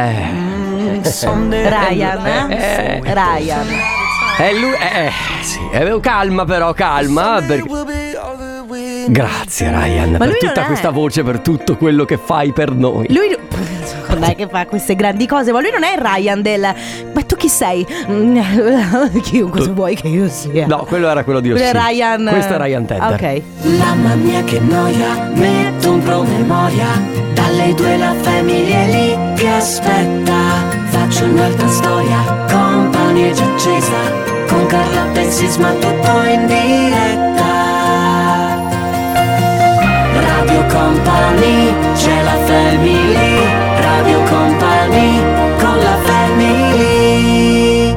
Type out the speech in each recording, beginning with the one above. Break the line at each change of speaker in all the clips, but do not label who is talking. Eh,
Ryan, eh? Ryan.
è lui. Eh, sì, eh, calma, però, calma. Perché... Grazie, Ryan,
lui
per
non
tutta
è-
questa voce, per tutto quello che fai per noi.
Lui Com'è che fa queste grandi cose? Ma lui non è il Ryan del Ma tu chi sei? Mm, chi cosa vuoi che io sia?
No, quello era quello di
Quello è
Ossi.
Ryan eh,
Questo è Ryan Tedder.
Ok
Mamma mia che noia, metto un promemoria Dalle due la famiglia è lì che aspetta Faccio un'altra storia, compagnia già accesa Con Carla Pensis ma tutto in diretta Radio Company, c'è la family Radio Company, con la family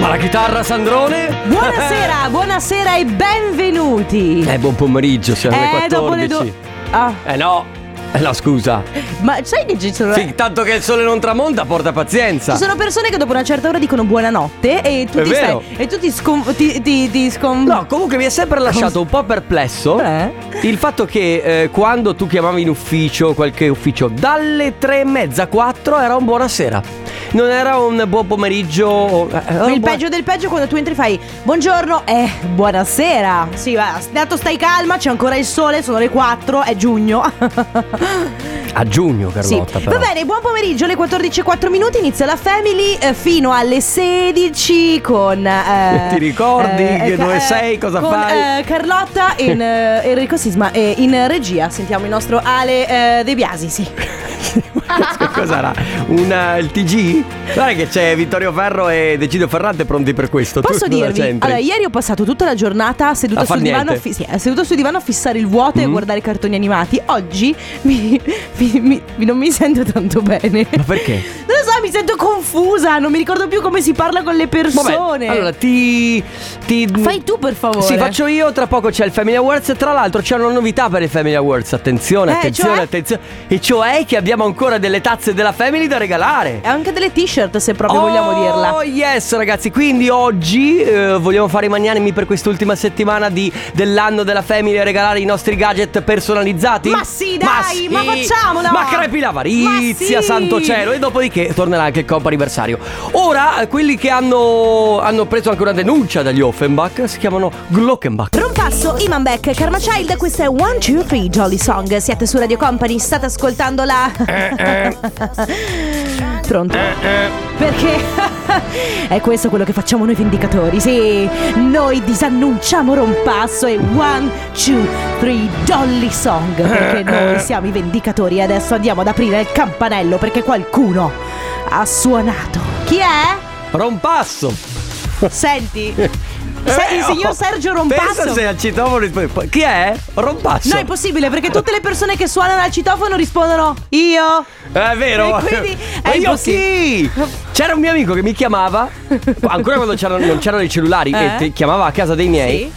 Ma la chitarra Sandrone?
Buonasera, buonasera e benvenuti
Eh, buon pomeriggio, siamo alle 14.
Eh, dopo le due Ah,
Eh no. Eh no, scusa.
Ma sai che ci sono
Sì, tanto che il sole non tramonta, porta pazienza.
Ci sono persone che dopo una certa ora dicono buonanotte e tu
È
ti
vero.
stai- e tu ti scom- ti, ti, ti scom-
No, comunque mi ha sempre lasciato un po' perplesso
Eh?
il fatto che eh, quando tu chiamavi in ufficio, qualche ufficio, dalle tre e mezza, quattro era un buonasera. Non era un buon pomeriggio. o- eh, era un
il
buon-
peggio del peggio è quando tu entri e fai Buongiorno, eh, buonasera Sì, va, dato stai calma, c'è ancora il sole, sono le 4, è giugno
A giugno,
Sì,
Carlotta.
va
però.
bene, buon pomeriggio, alle 14.04 minuti inizia la Family eh, fino alle 16 con... eh,
Ti ricordi che dove sei, cosa
con,
fai?
eh, Carlotta e Enrico Sisma e in regia sentiamo il nostro Ale eh, De Biasi, sì
Cos'era? Una- il TG? Guarda che c'è Vittorio Ferro e Decidio Ferrante pronti per questo.
Posso
tu, cosa
dirvi?
c'entri?
Allora, ieri ho passato tutta la giornata
A
seduta
far
sul divano,
niente. Mm-hmm.
fi- sì, eh, seduta sul divano a fissare il vuoto e a guardare i cartoni animati. Oggi mi- mi- mi- mi- non mi sento tanto bene.
Ma perché?
Non lo so, mi sento confusa, non mi ricordo più come si parla con le
Vabbè,
persone.
allora ti, ti-
Fai tu, per favore.
Sì, faccio io, tra poco c'è il Family Awards. Tra l'altro c'è una novità per il Family Awards. Attenzione,
Eh,
attenzione,
cioè?
attenzione. E cioè che abbiamo ancora delle tazze della Family da regalare.
E anche delle t-shirt, se proprio vogliamo dirla.
Oh yes ragazzi, quindi oggi eh, vogliamo fare i magnanimi per quest'ultima settimana di- dell'anno della Family e regalare i nostri gadget personalizzati?
Ma sì, dai, ma facciamolo!
Ma crepi la varizia,
Ma sì!
santo cielo! E dopodiché tornerà anche il comp anniversario. Ora, eh, quelli che hanno, hanno preso anche una denuncia dagli Offenbach si chiamano Glockenbach.
Rompasso, Iman Beck, Karma Child, questa è 1, 2, 3 Jolly Song. Siete su Radio Company, state ascoltando la.
Eh,
Pronto? Perché è questo quello che facciamo noi vendicatori, sì. Noi disannunciamo Rompasso e 1, 2, 3 Jolly
Eh,
Song. Perché noi siamo i vendicatori e adesso andiamo ad aprire il campanello perché qualcuno ha suonato. Chi è?
Rompasso!
Senti.
Eh,
Se- il signor
oh,
Sergio Rompasso.
Pensa se al citofono risponde- Chi è? Rompasso!
No, è possibile perché tutte le persone che suonano al citofono rispondono io.
È vero.
E quindi è
Ma io
impossibile.
chi? C'era un mio amico che mi chiamava, ancora quando c'erano, non c'erano i cellulari,
Eh?
e ti chiamava a casa dei miei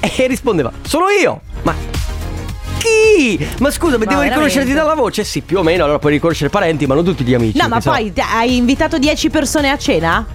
e rispondeva, sono io. Ma chi? Ma scusa, ma devo
veramente?
riconoscerti dalla voce? Sì, più o meno, allora puoi riconoscere parenti, ma non tutti gli amici.
No, ma
perché sennò-
poi te- hai invitato 10 persone a cena?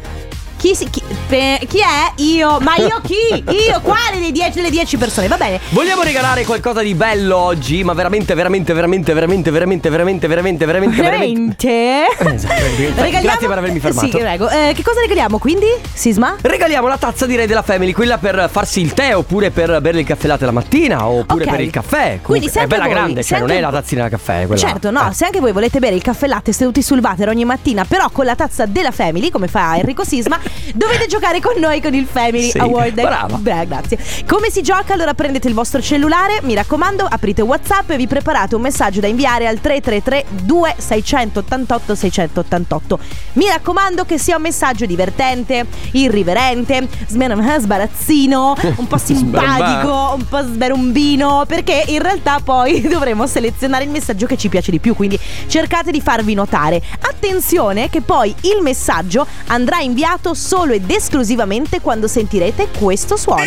Chi, si- chi- pe- chi è? Io. Ma io chi? Io quale dei 10 delle 10 persone? Va bene.
Vogliamo regalare qualcosa di bello oggi, ma veramente, veramente, veramente, veramente, veramente, veramente, veramente, veramente,
Veramente?
Esatto, veramente. Grazie per avermi fermato.
Sì, prego. Eh, che cosa regaliamo quindi? Sisma?
Regaliamo la tazza direi della Family, quella per farsi il tè oppure per bere il caffè latte la mattina oppure
Ok.
per il caffè. Comunque,
Quindi se
è
anche
bella
voi-
grande,
se
cioè non
anche-
è la tazzina da caffè quella.
Certo, no,
Eh.
se anche voi volete bere il caffè latte seduti sul water ogni mattina, però con la tazza della Family, come fa Enrico Sisma, dovete giocare con noi con il Family
Sì,
Award.
brava.
Bra- grazie. Come si gioca? Allora prendete il vostro cellulare, mi raccomando, aprite WhatsApp e vi preparate un messaggio da inviare al 333 2688 688. Mi raccomando che sia un messaggio divertente, irriverente, smen- sbarazzino, un po' simpatico, un po' sberombino perché in realtà poi dovremo selezionare il messaggio che ci piace di più quindi cercate di farvi notare attenzione che poi il messaggio andrà inviato solo ed esclusivamente quando sentirete questo suono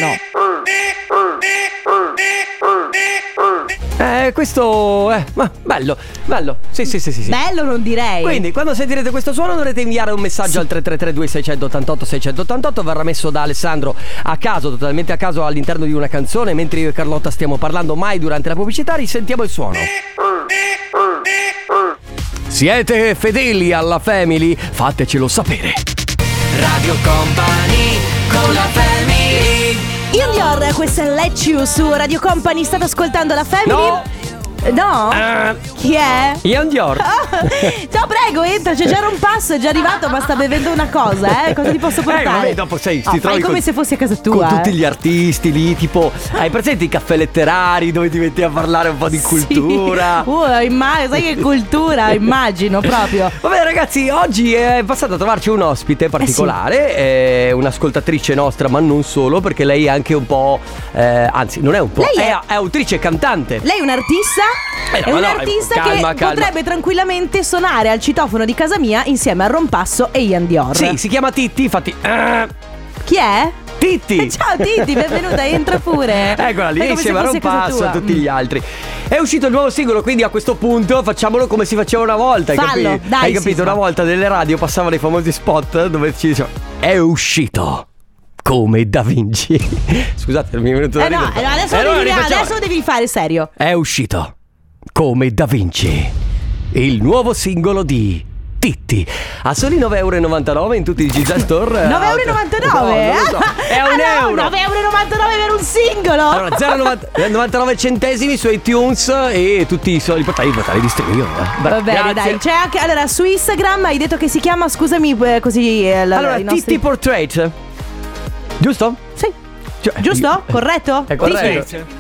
Eh, questo eh, ma bello, bello. Sì, sì, sì, sì, sì.
bello non direi
Quindi quando sentirete questo suono dovrete inviare un messaggio al 3332 688 688 verrà messo da Alessandro a caso, totalmente a caso all'interno di una canzone, mentre io e Carlotta stiamo parlando mai durante la pubblicità, risentiamo il suono. Siete fedeli alla family? Fatecelo sapere. Radio Company con la family.
Ian Dior, questa è Let You su Radio Company. State ascoltando la family?
No.
No?
Ah.
Chi è?
Ian Dior.
Ciao, prego, entra. C'è già un passo, è già arrivato, ma sta bevendo una cosa, eh? Cosa ti posso
Eh,
portare?
vabbè, dopo sei,
Ah,
ti
fai
trovi
come
con-
se fossi a casa tua.
Con tutti
eh.
gli artisti lì, tipo, hai presente i caffè letterari dove ti metti a parlare un po' di cultura?
Sì. Uh, imma- sai che cultura, immagino proprio.
Vabbè ragazzi, oggi è passato a trovarci un ospite particolare,
Eh
è un'ascoltatrice nostra, ma non solo, perché lei è anche un po'... eh, anzi, non è un po'...
Lei è-
è autrice e cantante.
Lei è un'artista?
Eh no,
è
ma no,
un'artista
calma,
che
calma.
potrebbe tranquillamente suonare al citofono di casa mia insieme a Rompasso e Ian Dior.
Sì, si chiama Titti, infatti... eh,
Chi è?
Titti!
Eh, Ciao Titi, benvenuta, entra pure.
Eccola lì,
Fai come se
insieme a
fosse a casa
Rompasso e a
tua. Mm.
tutti gli altri. È uscito il nuovo singolo, quindi a questo punto facciamolo come si faceva una volta, hai
Fallo,
capito?
dai,
hai capito?
Sisma.
Una volta nelle radio passavano i famosi spot dove ci dicevano è uscito. Come Da Vinci. Scusate, mi è venuto da
Eh no,
ridere.
eh no, adesso,
Eh, allora
devi,
rifacciamo.
adesso devi fare serio.
È uscito come Da Vinci il nuovo singolo di Titti a soli 9,99 euro in tutti i Giga Store.
9,99
Eh, No, non lo so. È un
Ah, no,
euro.
9,99 per un singolo.
Allora, 0,99 centesimi su iTunes e tutti i soliti portali, portali di streaming. eh.
Va bene,
Grazie.
dai. cioè, C'è anche allora su Instagram hai detto che si chiama, scusami, eh, così eh, la-
Allora,
i nostri-
Titti Portrait. Giusto?
Sì.
Cioè-
Giusto? Corretto?
È corretto.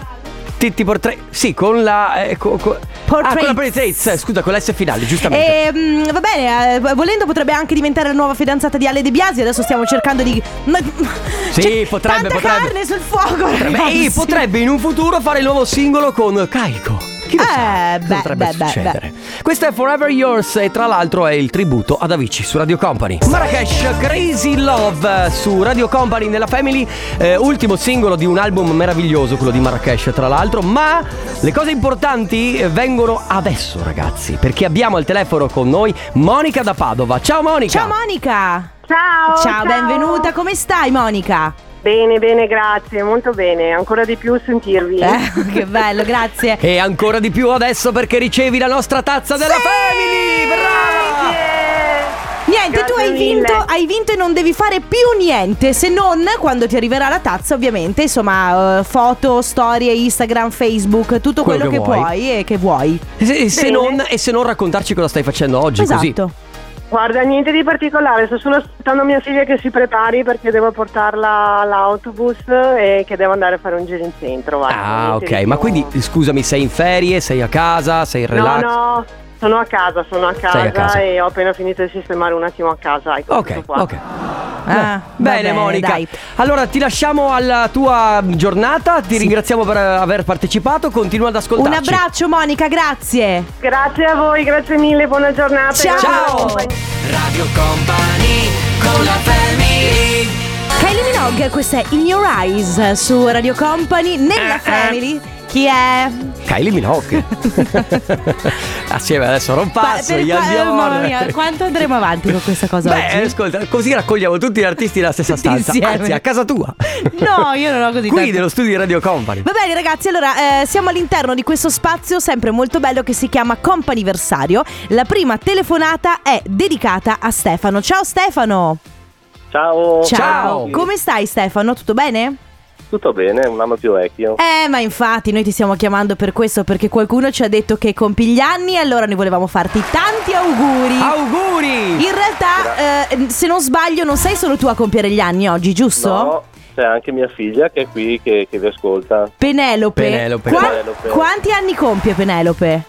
Titti Portrait. Sì, con la. eh, co- co-
Portraits.
Ah, con la Portraits, Scusa, con la S finale, giustamente.
E, mm, va bene, eh, volendo potrebbe anche diventare la nuova fidanzata di Ale De Biasi. Adesso stiamo cercando di. Ma- Cioè,
Sì, potrebbe,
Tanta
potrebbe.
carne sul fuoco,
Beh,
ragazzi.
e potrebbe in un futuro fare il nuovo singolo con Caico. Chi lo
Eh,
sa?
beh,
Cosa potrebbe
beh, beh,
succedere? Questo è Forever Yours e tra l'altro è il tributo ad Avicii su Radio Company. Marrakesh Crazy Love eh, su Radio Company nella Family, eh, ultimo singolo di un album meraviglioso, quello di Marrakesh tra l'altro, ma le cose importanti eh, vengono adesso ragazzi, perché abbiamo al telefono con noi Monica da Padova. Ciao Monica!
Ciao Monica.
Ciao,
Ciao, benvenuta. Come stai, Monica?
Bene, bene, grazie, molto bene. Ancora di più sentirvi.
Eh, che bello, grazie.
E ancora di più adesso perché ricevi la nostra tazza della
Sì!
Family! Brava!
Niente,
Grazie
tu hai
mille.
vinto, hai vinto e non devi fare più niente se non quando ti arriverà la tazza, ovviamente. Insomma, eh, foto, storie, Instagram, Facebook, tutto
Quello
quello,
che
che,
vuoi.
puoi e che vuoi.
Se, se
Bene.
non, e se non raccontarci cosa stai facendo oggi, così.
esatto.
Guarda, niente di particolare, sto solo aspettando mia figlia che si prepari perché devo portarla all'autobus e che devo andare a fare un giro in centro. guarda,
Ah,
niente
ok.
di
Ma
più.
quindi scusami, sei in ferie, sei a casa, sei in
No,
relax?
no, sono a casa, sono a casa,
Sei a casa.
e ho appena finito di sistemare un attimo a casa. Ecco,
Ok,
tutto qua.
ok.
Ah,
Beh,
va
bene, Monica.
dai.
Allora ti lasciamo alla tua giornata, ti ringraziamo per eh, aver partecipato, continua ad
Un
ascoltarci.
abbraccio, Monica, grazie.
Grazie a voi, grazie mille, buona giornata.
Ciao.
Grazie per la
Ciao. Radio
compagnia.
Company con la
Kylie Minogue, questa è In Your Eyes su Radio Company,
Eh,
nella Family. Chi è?
Kylie Minogue. Assieme adesso a Rompasso,
Per-
gli
qua- eh,
Dior.
mamma mia, quanto andremo avanti con questa cosa
Beh, eh.
oggi?
ascolta, così raccogliamo tutti gli artisti nella stessa
Tutti
stanza,
insieme.
anzi a casa tua.
No, io non ho così
Qui
tanto.
dello studio di Radio Company.
Va bene ragazzi, allora eh, siamo all'interno di questo spazio sempre molto bello che si chiama Companiversario. La prima telefonata è dedicata a Stefano. Ciao Stefano!
Ciao.
Ciao.
Come stai Stefano? Tutto bene?
Tutto bene, un anno più vecchio.
Eh, ma infatti noi ti stiamo chiamando per questo perché qualcuno ci ha detto che compi gli anni e allora noi volevamo farti tanti auguri.
Auguri!
In realtà, eh, se non sbaglio, non sei solo tu a compiere gli anni oggi, giusto?
No, c'è anche mia figlia che è qui che, che vi ascolta.
Penelope.
Penelope.
Qua-
Penelope.
Quanti anni compie Penelope?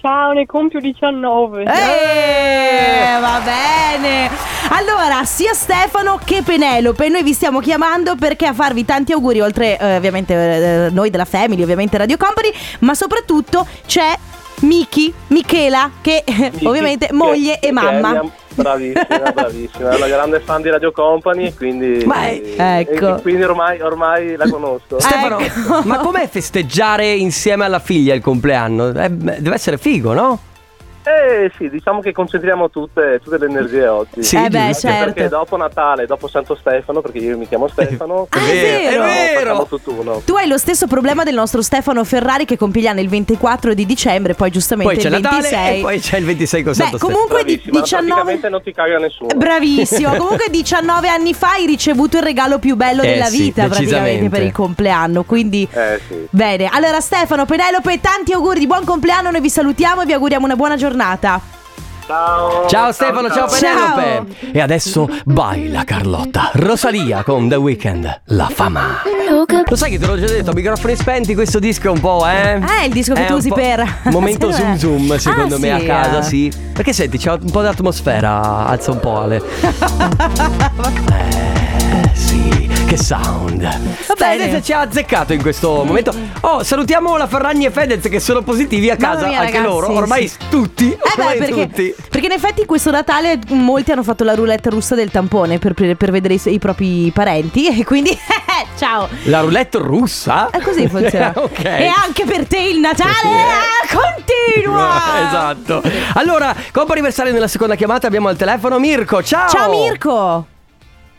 Ciao, ne compio 19.
Eh, va bene. Allora, sia Stefano che Penelope, noi vi stiamo chiamando perché a farvi tanti auguri, oltre eh, ovviamente eh, noi della Family, ovviamente Radio Company, ma soprattutto c'è Miki, Michela, che eh,
Sì,
ovviamente
che-
moglie
che
e mamma.
è mia- Bravissima, bravissima, è una grande fan di Radio Company, quindi,
Ma è-
e-
ecco.
e quindi ormai, ormai la conosco.
Stefano,
Ecco.
ma com'è festeggiare insieme alla figlia il compleanno? Eh, beh, deve essere figo, no?
Eh sì, diciamo che concentriamo tutte, tutte le energie oggi.
Sì,
eh beh,
giusto.
Anche Perché
certo.
dopo Natale, dopo Santo Stefano, perché io mi chiamo Stefano,
Ah, è vero.
È
facciamo-
vero.
facciamo tutt'uno.
Tu hai lo stesso problema del nostro Stefano Ferrari che compie gli anni il 24 di dicembre, poi giustamente
Poi c'è
il
Natale
26.
e poi c'è il 26 con
Beh,
Santo Stefano.
comunque di-
Bravissima,
19
praticamente non ti caga nessuno.
Bravissimo, comunque 19 anni fa hai ricevuto il regalo più bello
Eh
della
sì,
vita praticamente
decisamente.
per il compleanno, quindi
eh sì.
bene. Allora Stefano, Penelope, tanti auguri di buon compleanno, noi vi salutiamo e vi auguriamo una buona giornata.
Ciao.
Ciao Stefano, ciao
Ciao.
Penelope. E adesso baila Carlotta. Rosalia con The Weeknd, la fama. Lo sai che te l'ho già detto, a microfoni spenti questo disco è un po', eh?
Eh, il disco che
È
tu
un
usi
po'
per-
Momento
Secondo
zoom
me.
zoom,
Ah,
secondo me
sì,
a casa,
eh.
sì. Perché senti, c'è un po' d'atmosfera, alza un po' Ale. eh, sì, che sound. Vabbè,
Bene.
adesso ci ha azzeccato in questo momento. Oh, salutiamo la Ferragni e Fedez che sono positivi a
Mamma
casa,
mia,
anche
ragazzi,
loro, ormai
sì.
tutti,
Eh beh,
ormai
perché,
tutti.
perché in effetti questo Natale molti hanno fatto la roulette russa del tampone per, per- per vedere i, i propri parenti e quindi eh, ciao.
La roulette russa?
È così funziona.
ok.
E anche per te il Natale eh, continua.
esatto. Allora, compo anniversario nella seconda chiamata, abbiamo al telefono Mirko. Ciao!
Ciao Mirko.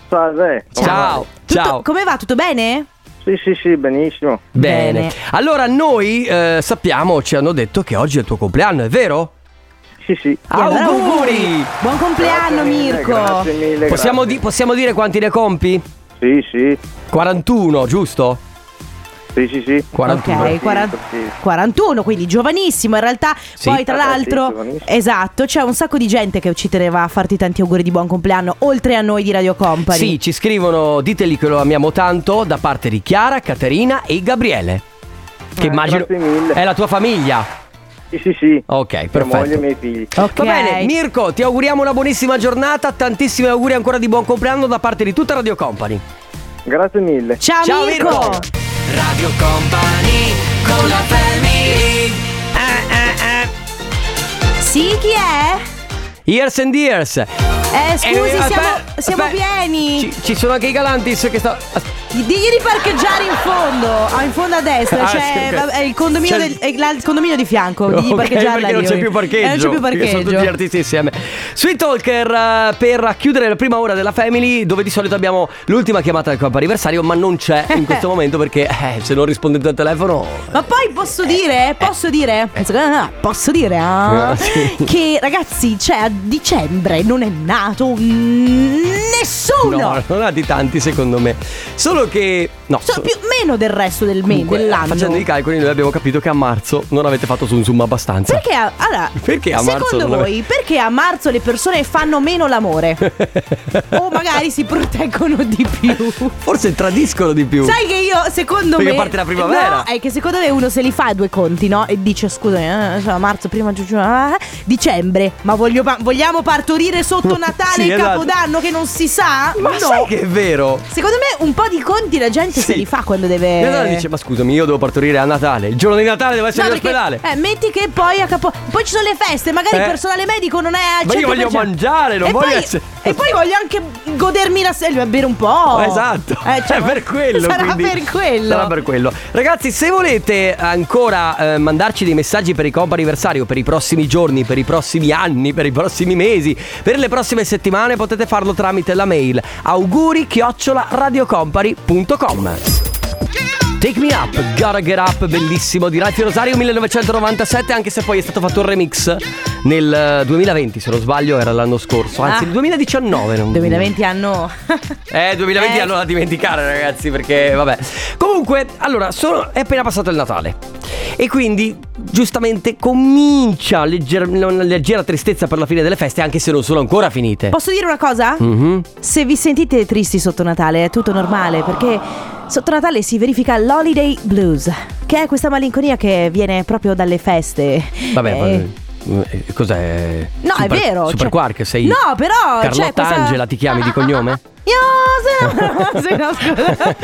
Salve.
Ciao,
Tutto-
ciao.
Come va? Tutto bene?
Sì, sì, sì, benissimo.
Bene.
Bene.
Allora, noi eh, sappiamo, ci hanno detto che oggi è il tuo compleanno, è vero?
Sì, sì.
E allora,
auguri!
Buon compleanno Mirko.
mille.
Possiamo, di- possiamo dire quanti ne compi?
Sì, sì.
41, giusto?
Sì, sì, sì.
41.
Ok, 40 41, quindi giovanissimo in realtà.
Sì.
Poi tra
Vabbè, sì,
l'altro,
giovanissimo.
esatto, c'è un sacco di gente che ci teneva a farti tanti auguri di buon compleanno, oltre a noi di Radio Company.
Sì, ci scrivono, diteli che lo amiamo tanto, da parte di Chiara, Caterina e Gabriele. Che immagino...
Eh, grazie mille.
È la tua famiglia.
Sì, sì, sì.
Ok,
Mia moglie
Oh, perfetto.
e i miei figli.
Ok.
Va bene, Mirko, ti auguriamo una buonissima giornata, tantissimi auguri ancora di buon compleanno da parte di tutta Radio Company.
Grazie mille.
Ciao,
Ciao
Mirko.
Mirko. Radio Company con la
Sì, chi è?
Years and years.
Eh, scusi,
Eh,
siamo,
aspetta,
siamo
aspetta.
pieni.
Ci, ci sono anche i Galantis che sta as-
Digli di parcheggiare in fondo, ah, in fondo a destra,
Ah,
c'è
sì, ok.
va- è il, condominio
C'è
del,
il-
è la- il condominio di fianco. Digli di
Ok,
Oh, parcheggiarla
perché non
lì.
c'è più parcheggio.
Eh, non c'è più
perché
parcheggio.
Sono tutti artisti insieme. Sui Talker eh, per chiudere la prima ora della Family, dove di solito abbiamo l'ultima chiamata del campo anniversario, ma non c'è in questo momento perché eh, se non rispondete al telefono
Ma poi posso dire, posso dire, no, posso dire ah,
Ah, sì.
che ragazzi, cioè a dicembre non è nato mm, nessuno.
No, non nati tanti secondo me. Solo che... No,
So-
so-
più, meno del resto del me-
comunque, eh,
dell'anno.
Facendo i calcoli noi abbiamo capito che a marzo non avete fatto zoom zoom abbastanza.
Perché a, allora,
Perché a marzo
secondo
non ave-
voi, perché a marzo le persone fanno meno l'amore? o magari si proteggono di più?
Forse tradiscono di più.
Sai che io, secondo
Perché
me.
parte la primavera.
No, è che secondo me uno se li fa due conti, no? E dice: scusami, eh, cioè, marzo, prima, giugno, ah, dicembre. Ma voglio pa- vogliamo partorire sotto Natale
Sì,
e
esatto.
Capodanno che non si sa?
Ma
no.
sai che è vero?
Secondo me un po' di conti la gente se
Sì.
li fa quando deve.
E allora dice, ma scusami, io devo partorire a Natale. Il giorno di Natale devo essere
No,
in
perché-
ospedale.
eh, metti che poi a capo. Poi ci sono le feste, magari
Eh.
il personale medico non è al
Ma io
100%.
voglio mangiare, non
e
voglio
poi,
essere-
E poi voglio anche godermi la sera, bere un po'.
Esatto,
Eh, cioè,
è per quello.
Sarà
quindi-
per quello.
Sarà per quello. Ragazzi, se volete ancora eh, mandarci dei messaggi per il comp anniversario, per i prossimi giorni, per i prossimi anni, per i prossimi mesi, per le prossime settimane, potete farlo tramite la mail auguri radiocompany.com Take me up, gotta get up, bellissimo di Raffi Rosario 1997, anche se poi è stato fatto un remix nel eh, 2020, se non sbaglio era l'anno scorso, anzi
Ah.
il 2019. Non...
2020 hanno.
Eh, 2020
Eh.
allora da dimenticare, ragazzi, perché vabbè. Comunque, allora, sono- è appena passato il Natale. E quindi, giustamente, comincia legger- una leggera tristezza per la fine delle feste, anche se non sono ancora finite.
Posso dire una cosa?
Mhm.
Se vi sentite tristi sotto Natale è tutto normale perché sotto Natale si verifica l'holiday blues, che è questa malinconia che viene proprio dalle feste.
Vabbè,
Eh,
ma- eh, Cos'è?
No,
Super-
è vero.
Super
cioè-
Quark, sei.
No, però.
Carlotta
cioè, questa-
Angela ti chiami di cognome?
Io se no, se no, scusa.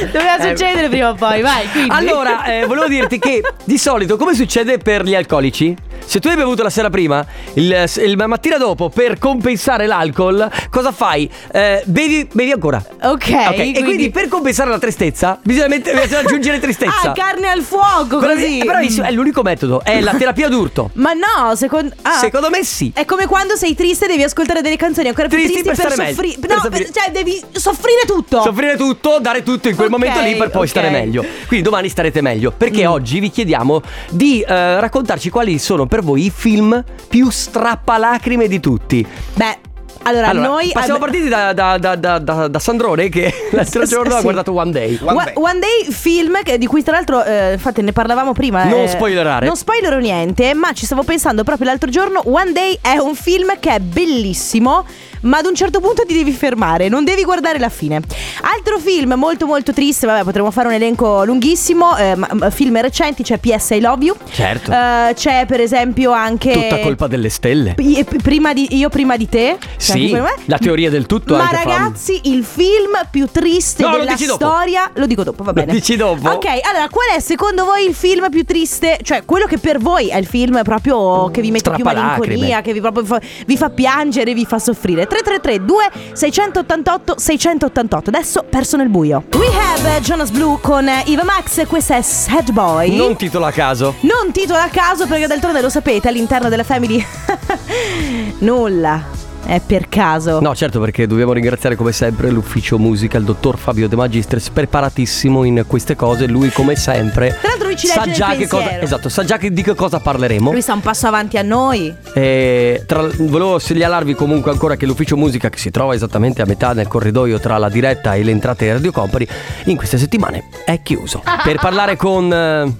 Eh,
Doveva succedere prima o poi, vai. Quindi.
Allora, eh, volevo dirti che di solito, come succede per gli alcolici, Se tu hai bevuto la sera prima, il, il- la mattina dopo, per compensare l'alcol, cosa fai? Eh, bevi, bevi ancora.
Ok,
Ok, E quindi per compensare la tristezza, bisogna, mette- bisogna aggiungere tristezza. Eh,
Ah, carne al fuoco, così.
Però, però è l'unico metodo, è la terapia d'urto.
Ma no, secondo ah.
Secondo me sì.
È come quando sei triste e devi ascoltare delle canzoni ancora più
Tristi
tristi,
per stare meglio,
soffrire.
per
No,
soffrire.
per- cioè devi soffrire tutto.
Soffrire tutto, dare tutto in quel
Ok,
momento lì per poi
ok. Mm.
stare meglio. Quindi domani starete meglio. Perché oggi vi chiediamo di eh, raccontarci quali sono per voi i film più strappalacrime di tutti.
Beh, allora,
Allora,
noi
siamo
abbi-
partiti da, da- da- da- da- da Sandrone che l'altro
Sì.
giorno ha guardato One Day.
Wa- One Day. film che- di cui tra l'altro eh, infatti ne parlavamo prima
Non
eh,
spoilerare.
Non spoilerò niente ma ci stavo pensando proprio l'altro giorno One Day è un film che è bellissimo ma ad un certo punto ti devi fermare non devi guardare la fine Altro film molto molto triste vabbè potremmo fare un elenco lunghissimo eh, ma- ma- film recenti c'è PS I Love You
Certo.
Eh, c'è per esempio anche
Tutta colpa delle stelle.
Pi- eh, prima di- io prima di te che
Sì,
anche quello è.
la teoria del tutto
Ma
anche fa-
ragazzi il film più triste
No, lo
della
dici dopo.
storia Lo dico dopo va
Lo
bene
dici dopo?
Ok allora qual è secondo voi il film più triste Cioè quello che per voi è il film proprio Che vi mette più
Strappalacrime.
malinconia Che vi, proprio fa, vi fa piangere Vi fa soffrire 333 2 688 688 Adesso perso nel buio We have eh, Jonas Blue con Iva Max Questa è Sad Boy
Non titolo a caso.
non titolo a caso perché d'altronde lo sapete all'interno della family nulla è per caso.
No, certo, perché dobbiamo ringraziare come sempre l'ufficio musica, il dottor Fabio De Magistris, preparatissimo in queste cose. Lui, come sempre,
Tra l'altro lui ci
sa
legge
già
nel
che
pensiero.
cosa, esatto, sa già che- di che cosa parleremo.
Lui sta un passo avanti a noi.
E tra- volevo segnalarvi comunque ancora che l'ufficio musica, che si trova esattamente a metà nel corridoio tra la diretta e le entrate di Radio Company, in queste settimane è chiuso. Per parlare con eh,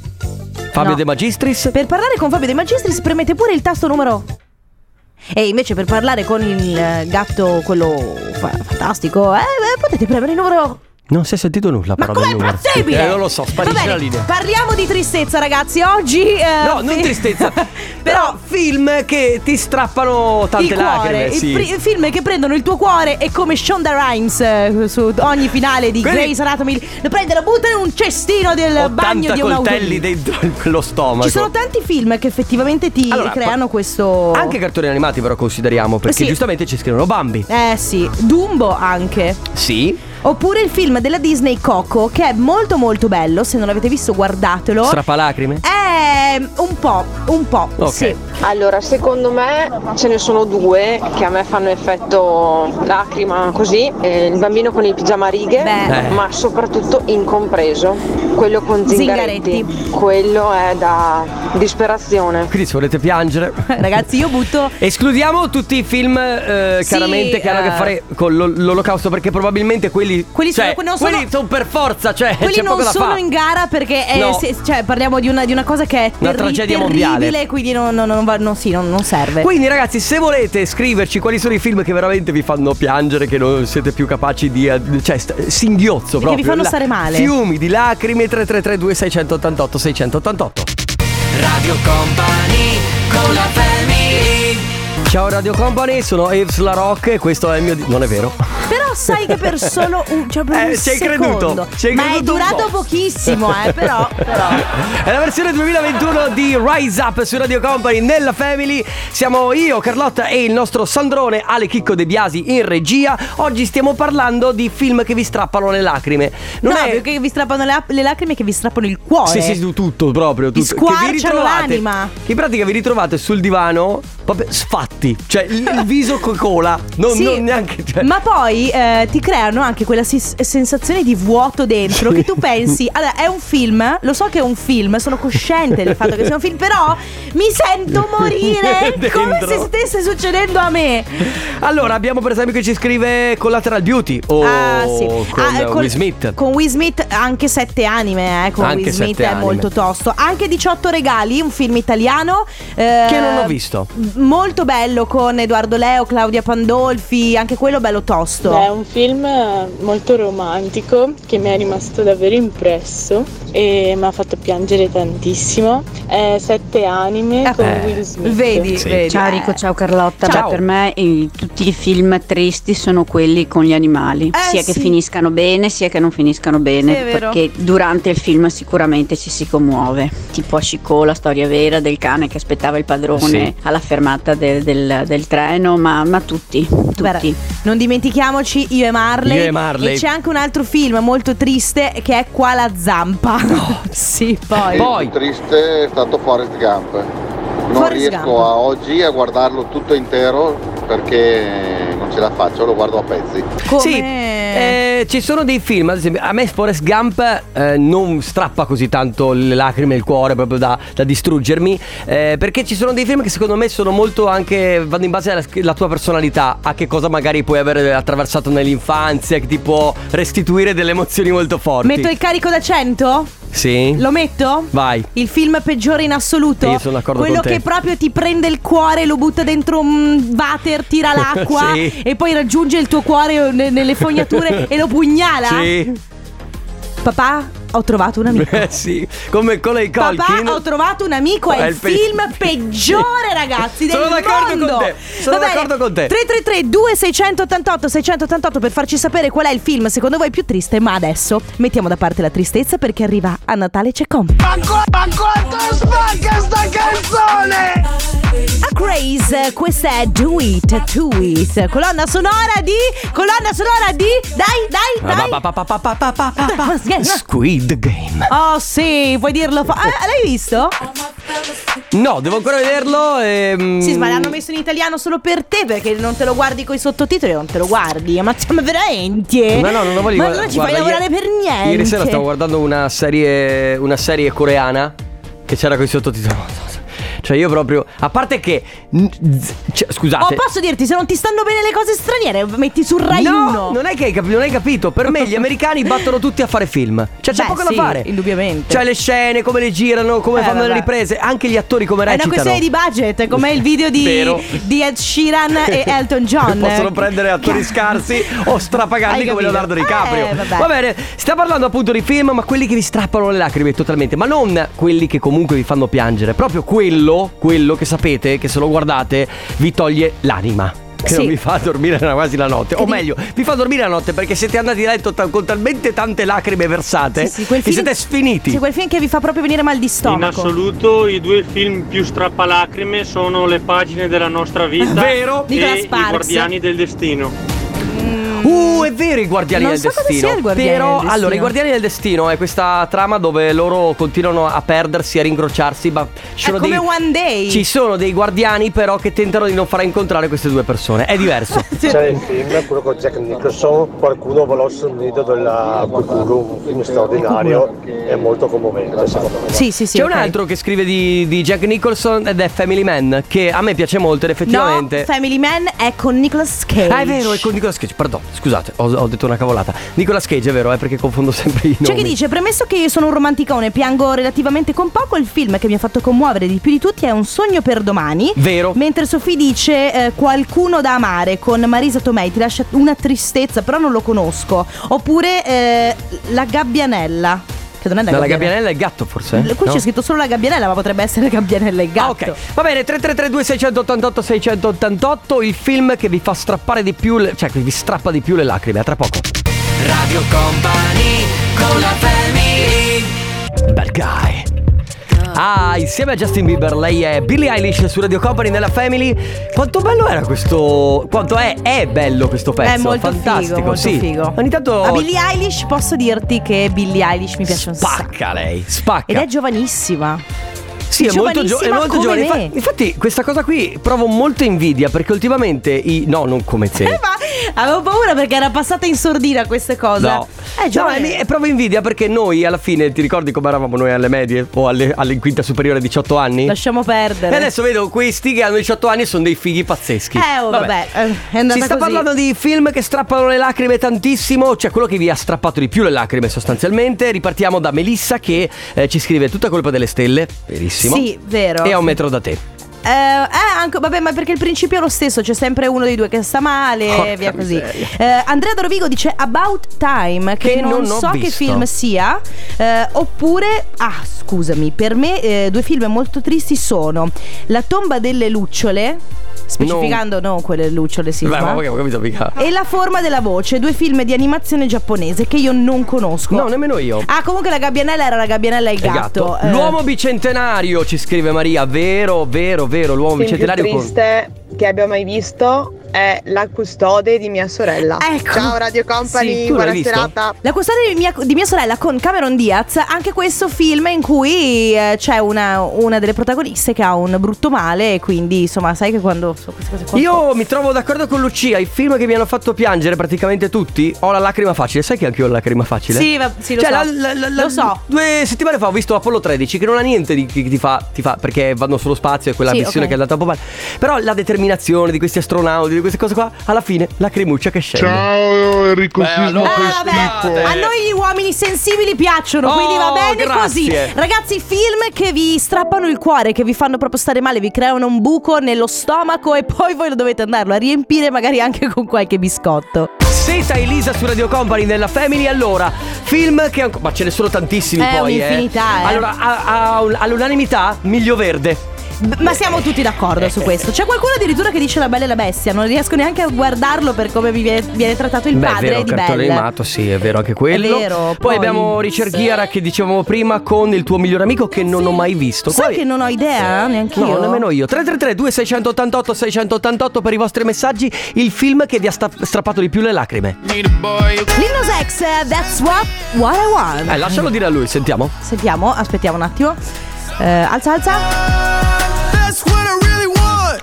Fabio
No.
De Magistris,
Per parlare con Fabio De Magistris premete pure il tasto numero. E invece per parlare con il eh, gatto, quello fa- fantastico, eh, eh, potete premere il numero.
non si è sentito nulla.
Ma
però del
com'è
numero.
possibile?
Eh, non lo so,
Va
sparisce
bene,
la linea.
Parliamo di tristezza, ragazzi. Oggi. eh,
No, non
fi-
tristezza.
Però.
Però film che ti strappano tante
il cuore,
lacrime.
il
Sì.
pri- film che prendono il tuo cuore e come Shonda Rhimes eh, su ogni finale di
Quelli-
Grace Anatomy lo prende, lo butta in un cestino del
80
bagno di un
coltelli
auto.
dentro lo stomaco.
Ci sono tanti film che effettivamente ti
Allora,
creano
pa-
questo
Anche cartoni animati però consideriamo perché
Sì.
giustamente ci scrivono Bambi.
Eh sì, Dumbo anche.
Sì.
Oppure il film della Disney Coco che è molto molto bello, se non l'avete visto guardatelo.
Strappalacrime.
è un po', un po',
Ok.
sì.
Allora, secondo me ce ne sono due che a me fanno effetto lacrima così, Eh, il bambino con il pigiama a righe,
Beh.
Eh.
ma soprattutto incompreso, quello con Zingaretti.
Zingaretti.
Quello è da disperazione.
Quindi se volete piangere.
Ragazzi, io butto
Escludiamo tutti i film eh,
Sì,
chiaramente che hanno a che
eh.
fare con l'ol- l'olocausto perché probabilmente quelli
Quelli
cioè,
sono- non sono-
quelli sono per forza, cioè
Quelli
c'è
non
poco da
sono
fare.
in gara perché è-
No.
se- cioè, parliamo di una, di una cosa che è
Una
terri-
tragedia
terribile,
mondiale.
quindi non, non- non va- non- sì, non- non serve.
Quindi ragazzi, se volete scriverci quali sono i film che veramente vi fanno piangere, che non siete più capaci di... eh, cioè, st- singhiozzo proprio.
vi fanno stare male.
Fiumi di lacrime 3332 688 688. Radio Company con la Ciao Radio Company, sono Eves La Rock e questo è il mio... di- Non è vero.
Però sai che per solo un, cioè per
Eh,
un
ci hai
secondo.
creduto, ci hai
Ma è
creduto un
durato
po'.
pochissimo, eh, però, però.
È la versione 2021 di Rise Up su Radio Company nella Family. Siamo io, Carlotta e il nostro Sandrone Ale Chicco De Biasi in regia. Oggi stiamo parlando di film che vi strappano le lacrime. Non
no,
è
perché vi strappano le, le lacrime che vi strappano il
Sì,
cuore.
sì, tu- tutto proprio.
eh, Vi
Tutto. Che vi
squarciano
ritrovate-
l'anima.
che in pratica vi ritrovate sul divano proprio sfatti. Cioè il, il viso con cola. Non,
Sì,
non neanche. cioè-
Ma poi eh, ti creano anche quella sis- sensazione di vuoto dentro che tu pensi, allora è un film, lo so che è un film, sono cosciente del fatto che sia un film, però mi sento morire come
Dentro.
se stesse succedendo a me.
Allora, abbiamo per esempio che ci scrive Collateral Beauty. O
ah, sì.
Oh, con
Ah,
eh,
col-
Will Smith.
Con Will Smith anche sette anime, eh, con
Anche
Will Smith
sette
è
anime.
molto tosto. Anche 18 regali, un film italiano eh,
Che non ho visto.
Molto bello con Edoardo Leo, Claudia Pandolfi, anche quello bello tosto.
Beh, È un film eh, molto romantico che mi è rimasto davvero impresso e mi ha fatto piangere tantissimo. È Sette anime
Ah,
con
eh,
Will Smith.
Vedi,
Sì.
vedi.
Ciao
eh.
Rico, ciao Carlotta.
Ciao.
Beh, per me i- tutti i film tristi sono quelli con gli animali,
Eh,
sia
sì.
che finiscano bene, sia che non finiscano bene,
È vero.
perché durante il film sicuramente ci si commuove. Tipo a Chicò, la storia vera del cane che aspettava il padrone
Sì.
alla fermata del, del- del treno, ma, ma tutti, tutti.
Guarda, non dimentichiamoci io e Marley.
Io e Marley.
E c'è anche un altro film molto triste che è Qua la zampa. sì, poi.
Poi,
triste è stato Forrest Gump. Non
Forrest
riesco
Gump.
a oggi a guardarlo tutto intero perché non ce la faccio, lo guardo a pezzi.
Come...
sì, eh, ci sono dei film, ad esempio, a me Forrest Gump eh, non strappa così tanto le lacrime e il cuore proprio da, da distruggermi, eh, perché ci sono dei film che secondo me sono molto anche, vanno in base alla, alla tua personalità, a che cosa magari puoi aver attraversato nell'infanzia, che ti può restituire delle emozioni molto forti.
Metto il carico da 100?
Sì?
Lo metto?
Vai.
Il film peggiore in assoluto.
Io sono d'accordo
Quello
con te.
che proprio ti prende il cuore, lo butta dentro un water, tira l'acqua
Sì.
e poi raggiunge il tuo cuore ne- nelle fognature e lo pugnala.
Sì,
Papà, ho trovato un amico.
eh, sì. come con i Colkin.
Papà, ho trovato un amico. È,
È
il
il pe-
film peggiore, ragazzi. Del
Sono d'accordo
mondo.
con te, sono d'accordo con te.
333 2688 688 per farci sapere qual è il film secondo voi più triste. Ma adesso mettiamo da parte la tristezza perché arriva a Natale c'è comp. Ma, quanto spacca sta canzone? A Craze, questa è Do It, Do It. Colonna sonora di. Colonna sonora di.
Ah,
Dai, dai, dai.
Squid Game.
Oh sì, vuoi dirlo? fa- Ah, l'hai visto?
No, devo ancora vederlo. ehm,
Sì, ma l'hanno messo in italiano solo per te perché non te lo guardi con i sottotitoli, non te lo guardi. Ma, ma veramente?
No, no, non lo voglio
Ma
guarda-
allora ci
guarda,
fai
ieri-
lavorare per niente. Oh,
Ieri sera stavo guardando una serie, una serie coreana che c'era con i sottotitoli. Cioè, io proprio. A parte che. cioè,
Oh,
scusate.
posso dirti, se non ti stanno bene le cose straniere, metti su Rai
no,
1.
non è che hai, capi- non hai capito. Per me gli americani battono tutti a fare film. Cioè, c'è
Beh,
poco
sì,
da fare.
indubbiamente.
Cioè, le scene, come le girano, come
Eh,
fanno le
vabbè.
riprese. Anche gli attori come
È una
recitano.
questione di budget, come il video di,
Vero.
di Ed Sheeran e Elton John.
Possono prendere attori scarsi o
Hai
strapaganti come
capito?
Leonardo DiCaprio.
Eh, vabbè.
Va bene, stiamo parlando appunto di film, ma quelli che vi strappano le lacrime totalmente, ma non quelli che comunque vi fanno piangere, proprio quello, quello che sapete che se lo guardate vi toglie l'anima. Che
Sì.
non vi fa dormire quasi la notte. o meglio, vi fa dormire la notte perché siete andati a letto tal- con talmente tante lacrime versate.
Sì, sì, quel
e
film-
siete sfiniti.
Sì, quel film che vi fa proprio venire mal di
In
stomaco.
assoluto i due film più strappalacrime sono Le pagine della nostra vita
Vero?
e
Nicola
I
Sparks. Mm.
guardiani del destino.
Uh, è vero i Guardiani
Non
del
so cosa
Destino.
sia il Guardiani
però,
del Destino.
allora, i Guardiani del Destino è questa trama dove loro continuano a perdersi, a ringrocciarsi. Ma ci
È
sono
come
dei-
One Day.
Ci sono dei guardiani, però, che tentano di non far incontrare queste due persone. È diverso.
C'era il film, quello con Jack Nicholson, qualcuno volò sul nido della cucù, un film straordinario e molto commovente secondo me.
Sì, sì, sì.
C'è
ok.
un altro che scrive di, di Jack Nicholson ed è Family Man, che a me piace molto ed effettivamente.
No, Family Man è con Nicolas Cage.
Ah, è vero, è con Nicolas Cage, pardon, scusate, ho, ho detto una cavolata. Nicolas Cage è vero, è perché confondo sempre i nomi.
C'è chi dice, premesso che io sono un romanticone e piango relativamente con poco, il film che mi ha fatto commuovere di più di tutti è Un sogno per domani.
Vero.
Mentre Sofì dice eh, Qualcuno da amare con Marisa Tomei ti lascia una tristezza, però non lo conosco. Oppure eh, La Gabbianella. Che non è la
No, la
Gabbianella.
gabbianella è il gatto, forse? eh?
Qui
No?
c'è scritto solo la gabbianella, ma potrebbe essere gabbianella e il gatto.
Ah, ok. Va bene, 3332 688 688 il film che vi fa strappare di più, le- cioè che vi strappa di più le lacrime, a tra poco. Radio Company con la family. Bad guy. Ah, insieme a Justin Bieber, lei è Billie Eilish su Radio Company nella Family. Quanto bello era questo. Quanto è, è bello questo pezzo?
È molto
Fantastico,
figo, molto
sì.
figo.
Ogni tanto.
A Billie Eilish posso dirti che Billie Eilish mi piace un sacco.
Spacca lei, spacca.
Ed è giovanissima.
Sì, è molto, gio- è
giovanissima
molto
come
giovane.
me.
Infa- Infatti, questa cosa qui provo molta invidia perché ultimamente i. No, non come te.
Eh, ma avevo paura perché era passata in sordina queste cose.
No,
È giovane.
No, e provo invidia perché noi alla fine, ti ricordi come eravamo noi alle medie o alle, alle in quinta superiore a 18 anni?
Lasciamo
E
perdere.
adesso vedo questi che hanno 18 anni e sono dei fighi pazzeschi.
Eh, oh, vabbè, eh, è andata
Si sta
così.
parlando di film che strappano le lacrime tantissimo, cioè quello che vi ha strappato di più le lacrime sostanzialmente. Ripartiamo da Melissa che eh, ci scrive tutta colpa delle stelle, verissimo.
Sì, vero.
E a un metro da te.
Eh, eh, anche, vabbè, ma perché il principio è lo stesso, c'è sempre uno dei due che sta male
Porca
e via così.
miseria.
Eh, Andrea Dorovigo dice About Time, che,
Che
non,
non ho
so che
visto.
film sia, eh, oppure, ah scusami, per me eh, due film molto tristi sono La tomba delle lucciole, specificando non quelle lucciole, sì.
Beh, ma ho capito mica.
E La forma della voce, due film di animazione giapponese che io non conosco.
No, nemmeno io.
Ah, comunque la gabbianella era la gabbianella e il
E
gatto. eh.
L'uomo bicentenario ci scrive Maria, vero, vero, vero, l'uomo
film più
bicentenario con
triste che abbia mai visto è La custode di mia sorella.
Ecco.
Ciao Radio Company,
Sì, tu l'hai
buona
visto?
serata.
La custode di mia, di mia sorella con Cameron Diaz, anche questo film in cui eh, c'è una, una delle protagoniste che ha un brutto male e quindi insomma sai che quando so queste cose qua...
Io mi trovo d'accordo con Lucia, i film che mi hanno fatto piangere praticamente tutti, ho la lacrima facile, sai che anche io ho la lacrima facile?
Sì, va- sì, lo
Cioè,
so.
la- la- la- la-
Lo so.
Due settimane fa ho visto Apollo 13 che non ha niente di, che ti fa, ti fa perché vanno sullo spazio e quella
Sì,
missione
ok.
che è andata un po' male. Però la determinazione di questi astronauti, di queste cose qua, alla fine lacrimuccia che scende.
Ciao Enrico Sisma
Ah,
fai
vabbè,
schifo.
a noi gli uomini sensibili piacciono, quindi
Oh,
va bene
grazie.
così. Ragazzi, film che vi strappano il cuore, che vi fanno proprio stare male, vi creano un buco nello stomaco e poi voi lo dovete andarlo a riempire magari anche con qualche biscotto.
Seta Elisa su Radio Company nella Family. Allora, film che ancora. Ma ce ne sono tantissimi
Eh,
poi.
un'infinità, eh.
Allora, a- a- all'unanimità, Miglio Verde.
B- Ma siamo tutti d'accordo su questo. C'è qualcuno addirittura che dice la bella e la bestia. Non riesco neanche a guardarlo per come mi viene, viene trattato il
Beh, è
padre
vero,
di
cartone
Bella.
animato, sì, è vero anche quello.
È vero,
poi,
poi-
abbiamo Richard Ghiara che dicevamo prima con il tuo migliore amico che non ho mai visto.
Sai
Poi- Eh,
che non ho idea neanche
No,
io.
nemmeno io. 333 2688 688 per i vostri messaggi, il film che vi ha sta- strappato di più le lacrime.
Linus X, eh, that's what, what I want.
Eh, lascialo dire a lui, sentiamo.
Sentiamo, aspettiamo un attimo. Eh, alza, alza.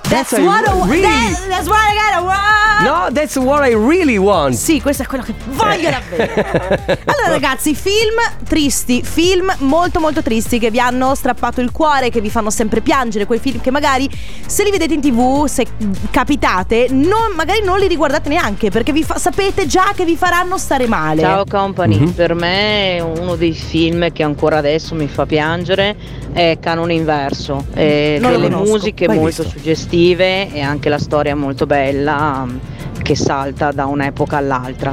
That's what I want.
Really?
That- That's what I gotta want.
No, that's what I really want.
Sì, questo è quello che voglio davvero. Allora, ragazzi, film tristi, film molto molto tristi che vi hanno strappato il cuore, che vi fanno sempre piangere, quei film che magari se li vedete in tv, se capitate, non- magari non li riguardate neanche, perché vi fa- sapete già che vi faranno stare male.
Ciao company,
Mhm.
per me uno dei film che ancora adesso mi fa piangere è Canone Inverso, eh,
Non lo
con le
conosco,
musiche
mai
molto
visto.
suggestive e anche la storia molto bella mm, che salta da un'epoca all'altra.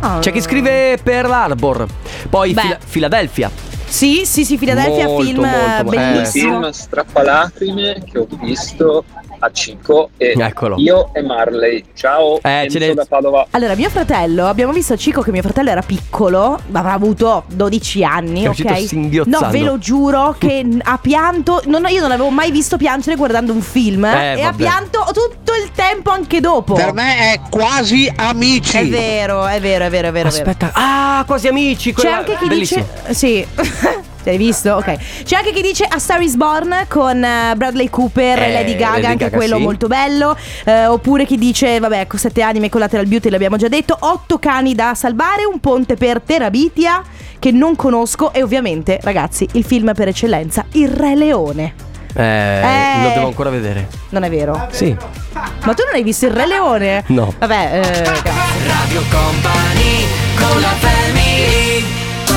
Ah.
C'è chi scrive per l'Arbor, poi
Beh.
Fila- Philadelphia.
Sì, sì, sì, Philadelphia
Molto,
film
molto, molto.
bellissimo.
film strappalacrime che ho visto a 5 e
Eccolo. Eh,
io e Marley. Ciao, Enzo da Padova.
Allora, mio fratello, abbiamo visto Cico che mio fratello era piccolo, ma avrà avuto 12 anni,
È uscito
ok?
singhiozzando.
No, ve lo giuro che n- ha pianto, non- io non avevo mai visto piangere guardando un film
Eh,
e ha
vabbè.
pianto tutto il tempo anche dopo.
Per me è quasi amici.
È vero, è vero, è vero, è vero. è vero.
Aspetta, ah, quasi amici.
C'è
quella-
anche chi
Bellissimo.
dice eh, Sì. L'hai visto? Ok. C'è anche chi dice A Star is Born con eh, Bradley Cooper e
Eh,
Lady Gaga,
Lady
anche
Gaga,
quello
sì.
molto bello. Eh, oppure chi dice, vabbè, ecco, sette anime collateral beauty, l'abbiamo già detto. Otto cani da salvare, un ponte per Terabitia che non conosco. E ovviamente, ragazzi, il film per eccellenza, Il Re Leone.
Eh,
Eh.
lo devo ancora vedere.
Non è vero?
Sì.
Ma tu non hai visto Il Re Leone?
No.
Vabbè, eh,
Radio Company con la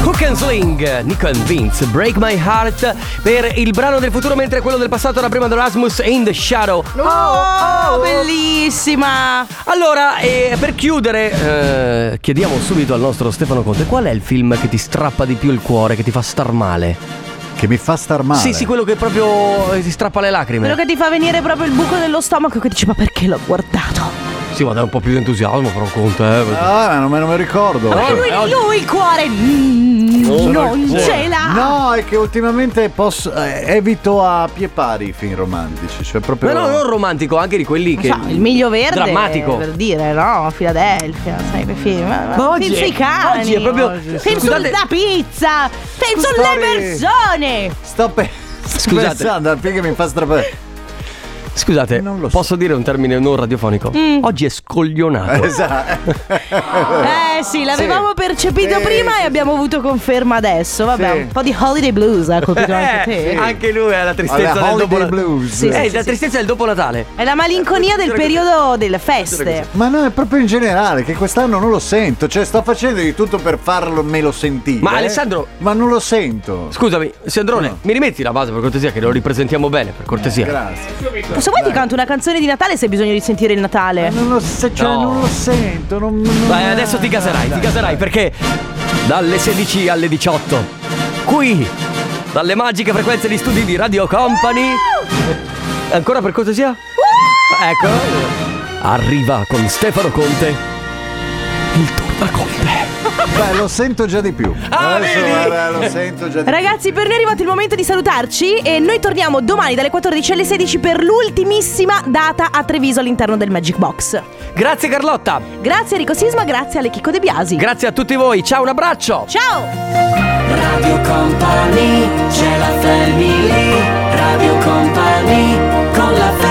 Hook and Sling, Nico and Vince, Break My Heart per il brano del futuro, mentre quello del passato era prima di Erasmus In the Shadow.
Oh, bellissima!
Allora, eh, per chiudere, eh, chiediamo subito al nostro Stefano Conte: qual è il film che ti strappa di più il cuore, che ti fa star male?
Che mi fa star male?
Sì, sì, quello che proprio eh, ti strappa le lacrime.
Quello che ti fa venire proprio il buco dello stomaco che dici ma perché l'ho guardato?
Sì, ma dai un po' più di entusiasmo, però Conte. Eh.
Ah, non me, non me lo ricordo.
Perché lui, lui il cuore mm, non ce l'ha!
No, è che ultimamente posso, eh, evito a pie pari i film romantici. Cioè proprio.
Ma no, non romantico, anche di quelli che.
Non so, il miglio verde
Drammatico.
per dire no Filadelfia sai che film ma
oggi
film
è-
sui cani
oggi è proprio-
film
Scusate-
sulla pizza film sulle
Scusate.
persone
Sto, pe- sto
Scusate.
pensando al film che mi fa strapare.
Scusate, posso dire un termine non radiofonico?
Mm.
Oggi è scoglionato.
Esatto.
Eh sì, l'avevamo percepito prima e abbiamo avuto conferma adesso. Vabbè,
Eh, Sì.
un po' di holiday blues ha colpito anche te.
Eh, Anche lui ha la tristezza
Alla
del
Holiday
dopo
Blues. Sì,
eh,
sì,
la tristezza del dopo Natale.
È la malinconia del periodo delle feste.
Ma no, è proprio in generale che quest'anno non lo sento, cioè sto facendo di tutto per farlo me lo sentire. eh.
Ma Alessandro-
ma non lo sento.
Scusami, Sandrone, mi rimetti la base per cortesia che lo ripresentiamo bene, per cortesia.
Eh, grazie.
Se vuoi ti canto una canzone di Natale se hai bisogno di sentire il
Eh,
Natale.
non lo se, cioè,
No.
non lo sento, non, non-
Vai, adesso ti caserai, ti caserai perché dalle 16 alle 18 qui dalle magiche frequenze di studi di Radio Company ancora per cortesia? Ecco. Arriva con Stefano Conte il tornaconte.
Beh, Eh, lo sento già di più.
Ah,
Adesso,
vedi?
guarda, lo sento già di più.
Ragazzi, per noi è arrivato il momento di salutarci e noi torniamo domani dalle 14 alle 16 per l'ultimissima data a Treviso all'interno del Magic Box.
Grazie Carlotta.
Grazie Enrico Sisma, grazie alle Chicco De Biasi.
Grazie a tutti voi. Ciao, un abbraccio.
Ciao!
Radio Company, c'è la family, Radio Company, con la family.